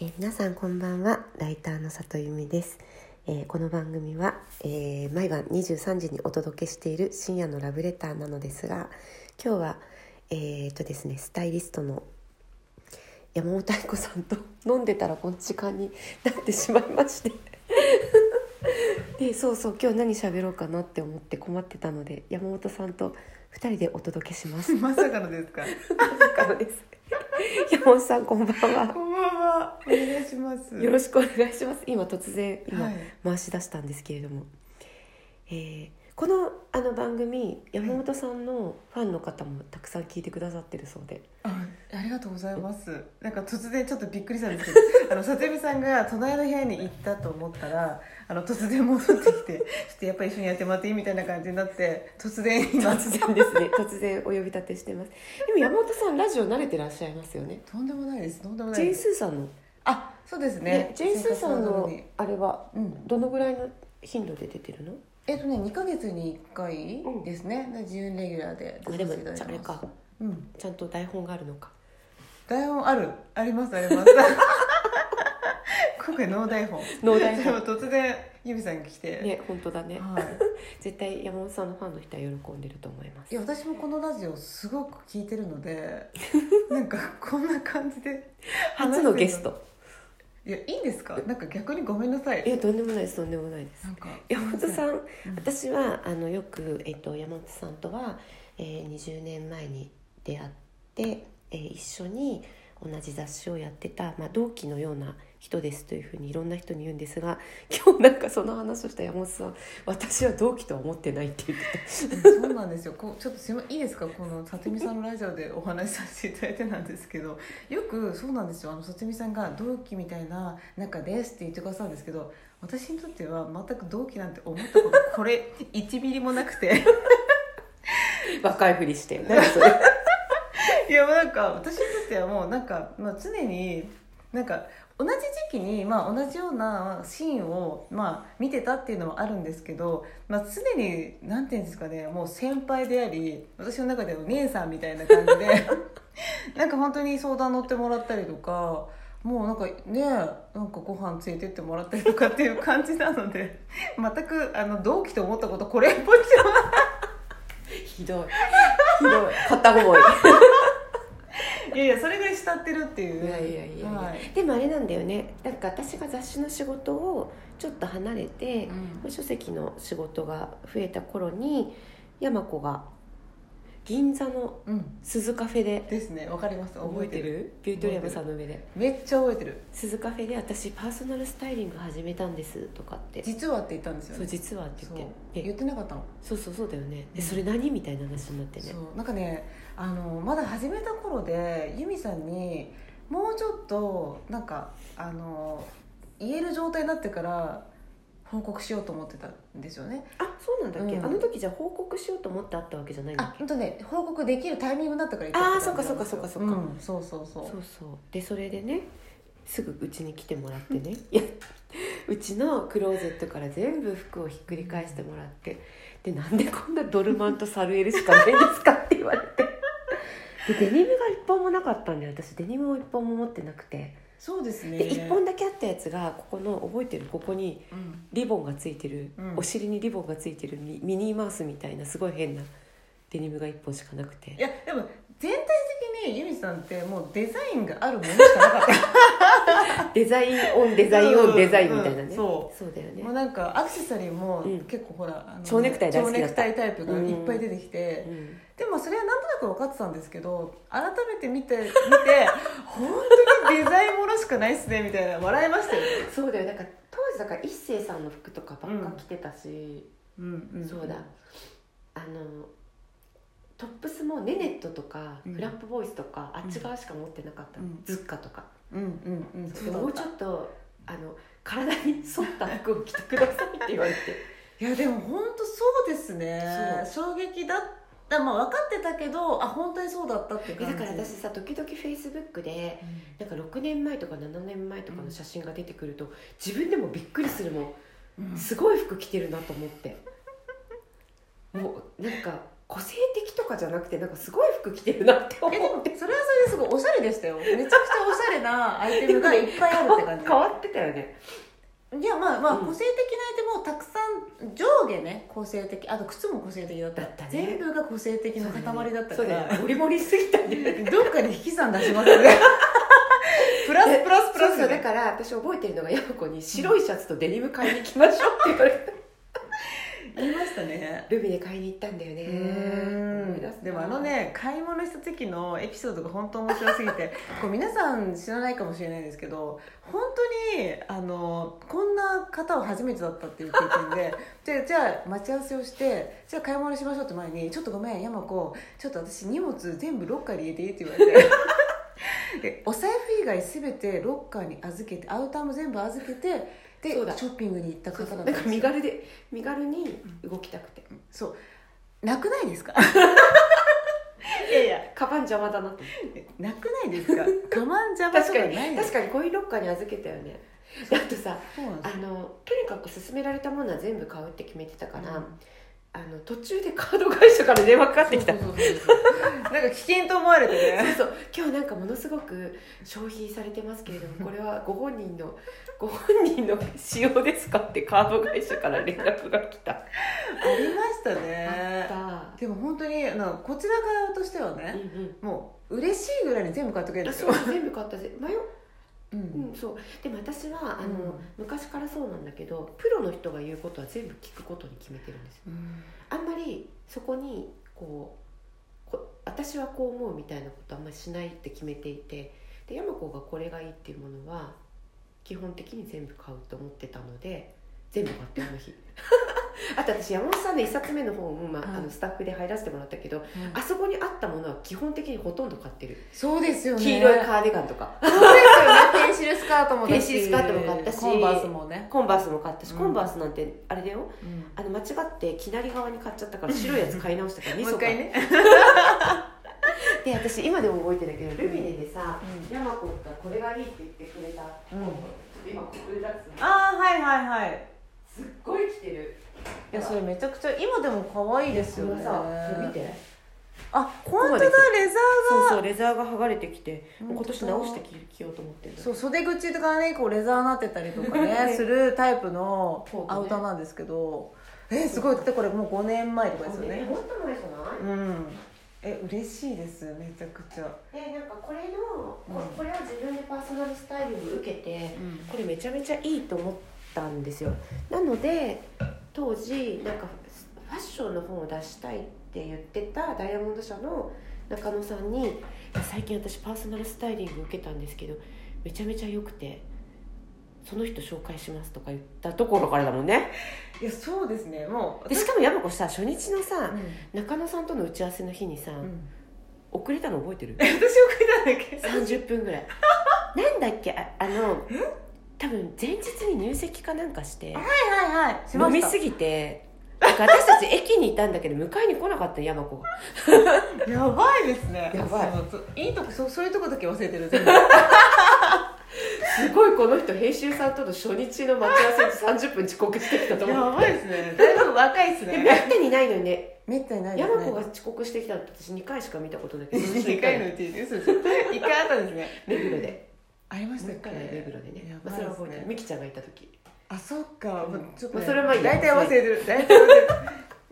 えー皆さんこんばんはライターの里由美です、えーこの番組は、えー毎晩23時にお届けしている深夜のラブレターなのですが今日はえー、とですねスタイリストの山本愛子さんと飲んでたらこの時間になってしまいまして でそうそう今日何喋ろうかなって思って困ってたので山本さんと2人でお届けします まさかのですか。からです山本さんこんばんはこんばんは。お願いします。よろしくお願いします。今突然今はい回し出したんですけれども、えーこのあの番組山本さんのファンの方もたくさん聞いてくださってるそうで、あ、ありがとうございます。なんか突然ちょっとびっくりしたんですけど、 あの里美さんが隣の部屋に行ったと思ったら、あの突然戻って きて、ちょっとやっぱり一緒にやってもらっていいみたいな感じになって、突然今突然ですね突然お呼び立てしてます。でも山本さんラジオ慣れてらっしゃいますよね。 とんでもないです。とんでもないジェイでスす。ーさんの、あ、そうですね。ね、ジェイスーさん生活のにあれはうんどのぐらいの頻度で出てるの？えっとね、2ヶ月に1回うんですね、自由レギュラーであ出でさもせていただいてまあすれかうん、ちゃんと台本があるのか。台本あるありますあります 今回ノー台本ノー台本でも突然ゆみさんが来て、ね本当だね。はい、絶対山本さんのファンの人は喜んでると思いますい。や私もこのラジオすごく聞いてるので なんかこんな感じで話初せるのゲスト。いやいいんですかなんか逆にごめんなさいいやとんでもないですとんでもないですなんか山本さん、うん私はあのよく、えっと山本さんとは、えー20年前に出会って、えー一緒に同じ雑誌をやってた、まあ、同期のような人ですというふうにいろんな人に言うんですが 今日なんかその話をした山本さん私は同期とは思ってないって言ってうんそうなんですよこうちょっとすいまいいですかこの里見さんのラジオでお話しさせていただいてなんですけどよくそうなんですよあの里見さんが同期みたいな仲ですって言ってくださるんですけど私にとっては全く同期なんて思ったことこれ1ミリもなくてた若いふりして 何それ いやなんか私にとってはもうなんか、まあ、常になんか同じ時期に、まあ、同じようなシーンを、まあ、見てたっていうのはあるんですけど、まあ、常になんていうんですかねもう先輩であり私の中ではお姉さんみたいな感じ でなんか本当に相談乗ってもらったりとかもうなんかねなんかご飯連れてってもらったりとかっていう感じなので全くあの同期と思ったことこれっぽっちもひどいひどい片思いいやいやそれぐらい慕ってるっていう。いやいやいやいや、はいでもあれなんだよねなんか私が雑誌の仕事をちょっと離れて、うん書籍の仕事が増えた頃に山子が銀座のうん鈴カフェでですねわかります覚えてるビュートリアムさんの上でめっちゃ覚えてる鈴カフェで私パーソナルスタイリング始めたんですとかって実はって言ったんですよそうね実はってそう言って言でってなかったの、そうそうそうだよねうでんそれ何みたいな話になってねそうなんかねあのまだ始めた頃で由美さんにもうちょっとなんかあの言える状態になってから報告しようと思ってたんですよねあそうなんだっけ、うんあの時じゃあ報告しようと思ってあったわけじゃないんだっあけほんとね報告できるタイミングになったから言ったって感じなんですあーそよっかそっかそっかそっかうんそうそうそうそうそうでそれでねすぐうちに来てもらってねいやうちのクローゼットから全部服をひっくり返してもらってでなんでこんなドルマンとサルエルしかないんですかって言われてでデニムが一本もなかったんで私デニムを一本も持ってなくてそうですねで一本だけあったやつがここの覚えてるここにうんリボンがついてる、うんお尻にリボンがついてるミミニーマウスみたいなすごい変なデニムが一本しかなくていやでも全体的に由美さんってもうデザインがあるものしかなかったデザインオンデザインオンデザインみたいなね、うんうんそそうだよねもうなんかアクセサリーもうん結構ほら、あの蝶ネクタイ大好きだった蝶ネクタイタイプがいっぱい出てきて、うんでもそれはなんとなく分かってたんですけど改めて見て 見て本当にデザインものしかないっすねみたいな笑いましたよ、そうだよなんか当時だから一生さんの服とかばっか着てたし、うんそうだあのトップスもネネットとか、うんフラップボーイスとかあっち側しか持ってなかった、うんズッカとか、うんうんうんそうでだもうっちたょっとあの体に沿った服を着てくださいって言われ ていやでも本当そうですね衝撃だったまあ分かってたけどあ本当にそうだったってえだ感じから私さ時々フェイスブックでなんか6年前とか7年前とかの写真が出てくると、自分でもびっくりするもんうんすごい服着てるなと思ってもうなんか個性的とかじゃなくてなんかすごい服着てるなって思えでもってそれはそれですごいおしゃれでしたよめちゃくちゃおしゃれなアイテムがいっぱいあるって感じ変わってたよねいやまあまあうん個性的なアイテムをたくさん上下ね個性的あと靴も個性的だっただったね全部が個性的の塊だったそかうだよらねモリモリすぎたんでどっかで引き算出しますよね プラスプラスプそうそラうスだねから私覚えてるのがヤマコに白いシャツとデニム買いに行きましょうって言われて言いましたねルビーで買いに行ったんだよねうーんでもあのね買い物した時のエピソードが本当面白す ぎてこう皆さん知らないかもしれないんですけど本当にあのこんな方は初めてだったっていう経験 ででじゃあ待ち合わせをしてじゃあ買い物しましょうって前に「ちょっとごめん山子ちょっと私荷物全部ロッカーに入れていい」って言われ て。でお財布以外全てロッカーに預けてアウターも全部預けてでシそうョだッピングに行ったそう方そだうっなたんでかすよ身軽で身軽に動きたくてそうなくないですかいやいやカバン邪魔だなってなくないです か我慢邪魔と確かかなにい確かにコインロッカーに預けたよねであとさそうなんであすのとにかく勧められたものは全部買うって決めてたから、うんあの途中でカード会社から電話かかってきたそうそうそうそう なんか危険と思われてねそう今日なんかものすごく消費されてますけれどもこれはご本人の ご本人の使用ですかってカード会社から連絡が来たありましたねあでも本当にあのこちら側としてはったうんね、うんもう嬉しいぐらいに全部買ってくれるんあですそよう、全部買ったぜ迷ううんうんそうでも私はあの、うん昔からそうなんだけどプロの人が言うことは全部聞くことに決めてるんですようんあんまりそこにこうこ私はこう思うみたいなことあんまりしないって決めていてで山子がこれがいいっていうものは基本的に全部買うと思ってたので全部買ってあの日 あと私山本さんの1冊目の本、まあはいあのスタッフで入らせてもらったけどあそこにあったものは基本的にほとんど買ってるそうですよね黄色いカーディガンとかそうですよねペンシルスカートもだしペンシルスカートも買ったしコンバースもね、コンバースも買ったし、うんコンバースなんてあれだよあの間違ってきなり側に買っちゃったから白いやつ買い直 したから2もう一足買回っね、で私今でも覚えてるけどルミネでさうヤマコがこれがいいって言ってくれた、うんちょっと今ここで出すのああはいはいはいすっごい着てるいやそれめちゃくちゃ今でも可愛いですこよのねさこれ見てあ本当だこレこまそザうそうレザーが剥がれてきてーがもう今年直して着着ようと思ってるそう袖口とかねこうレザーなってたりとかねねするタイプのコートねアウターなんですけどえすごいだってこれもう5年前とかですよね本当前じゃないうんえ嬉しいですめちゃくちゃ、でなんかこれのうんここれは自分でパーソナルスタイリング受けてこれめちゃめちゃいいと思ったんですよなので当時なんかファッションの本を出したいって言ってたダイヤモンド社の中野さんにいや「最近私パーソナルスタイリング受けたんですけどめちゃめちゃ良くてその人紹介します」とか言ったところからだもんねいやそうですねもうでしかも山子さ初日のさうん中野さんとの打ち合わせの日にさ、うん遅れたの覚えてるえ私送りたんだっけ30分ぐらいなんだっけああの多分前日に入籍かなんかしてはいはいはいしま飲みしたすぎてなんか私たち駅にいたんだけど迎えに来なかった山子がやばいですねやばいそうそういいとこそうそういうとこだけ忘れてる全部すごいこの人編集さんとの初日の待ち合わせで30分遅刻してきたと思うやばいですね。だいぶ若いですでね。めったにないのにねめったにないですね。山子が遅刻してきたのって私2回しか見たことないけど2回のうちにです。1回あったんですね。目黒でありました目っけ黒で目黒でねやまばあいそれはです覚えてるね。美樹ちゃんがいた時あ、そっか。うんまあちょっとねまあそれはまあいいや大体忘れてる。大体忘れてる。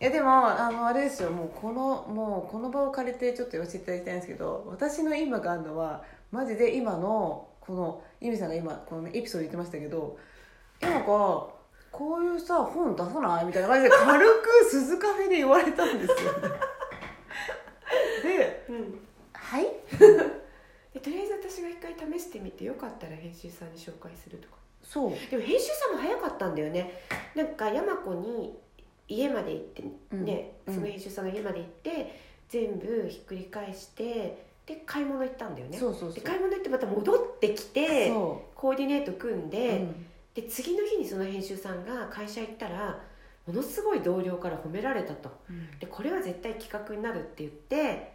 いやでもあのあれですよもうこのもうこの場を借りてちょっと言わせていただきたいんですけど私の今があるのはマジで今のこのゆみさんが今このエピソード言ってましたけど今がこういうさ本出さないみたいな感じで軽く鈴カフェで言われたんですよ、ね、でうんはい でとりあえず私が1回試してみてよかったら編集さんに紹介するとかそう、でも編集さんも早かったんだよねなんか山子に家まで行ってうんね、うんその編集さんの家まで行って全部ひっくり返してで買い物行ったんだよねそうそうそうで買い物行ってまた戻ってきてそコーディネート組んう、で、うんで次の日にその編集さんが会社行ったらものすごい同僚から褒められたとでこれは絶対企画になるって言ってで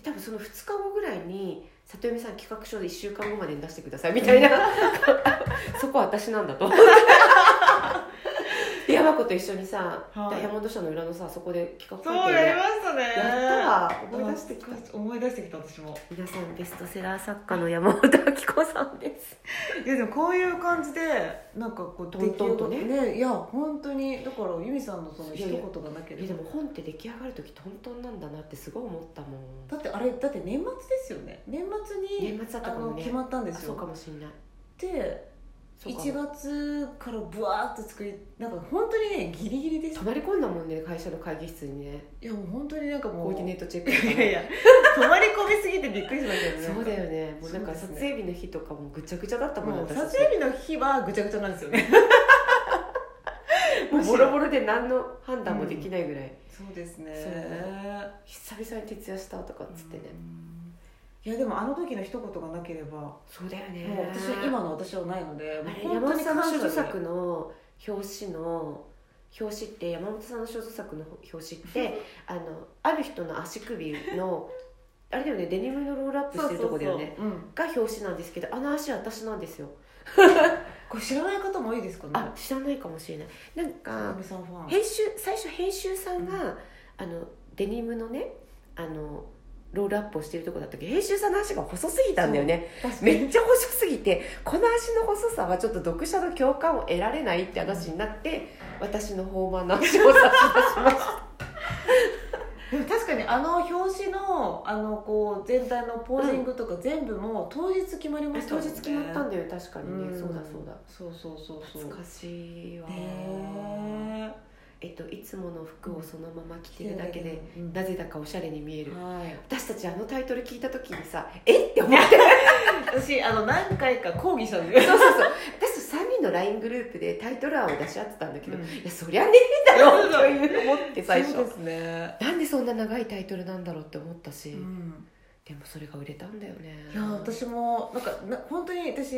多分その2日後ぐらいに里嫁さん企画書で1週間後までに出してく ださいみたいなそこは私なんだとや和子と一緒にさ、はいダイヤモンド社の裏のさそこで企画そう会見やりましたねやったわ思い出してきたた思い出してきた私も皆さんベストセラー作家の山本明子さんですいやでもこういう感じでなんかこうトントンとね出来事いや本当にだから由美さんのその一言がなけいやれでばも本って出来上がる時トントンなんだなってすごい思ったもんだってあれだって年末ですよね年末に年末だったあかものね決まったんであすそうかよもしんないでそうかも1月からブワーっと作りなんか本当にねギリギリです泊まり込んだもんね会社の会議室にねいやもう本当になんかもコうーディネートチェックとかいやいや泊まり込みすぎてびっくりしましたよねそうだよねもうなんかそ撮うですね影日の日とかもぐちゃぐちゃだったもんもう私撮たち影日の日はぐちゃぐちゃなんですよねもうボロボロロで何の判断もできないぐらい、そうですね久々に徹夜したとかっつってね、うんいやでもあの時の一言がなければもそうだようね私は今の私はないのであれもう山本さんの感謝少で女作の表紙の表紙って山本さんの少女作の表紙って あのある人の足首のあれだよねデニムのロールアップそしうてそうるそとうこだよねうんが表紙なんですけどあの足は私なんですよこれ知らない方もいいですかねあ知らないかもしれないなんか坂上さんファン編集最初編集さんが、あのデニムのねあのロールアップをしてるとこだったけど編集さんの足が細すぎたんだよね確かにめっちゃ細すぎてこの足の細さはちょっと読者の共感を得られないって話になって私の豊満な足を差し出しましたでも確かにあの表紙のあのこう全体のポージングとか全部もう当日決まりました当もん日ね決まったんだよ確かにね、んそうだそうだそうそうそうそう懐かしいわ、ねええっといつもの服をそのまま着てるだけで、なぜだかおしゃれに見える、はい私たちあのタイトル聞いた時にさえって思って私あの何回か抗議したんですよそうそうそう私たち3人の LINE グループでタイトル案を出し合ってたんだけど、うんいやそりゃねえだろうという思って最そうで初すねなんでそんな長いタイトルなんだろうって思ったし、うんでもそれが売れたんだよねいや私もなんかな本当に私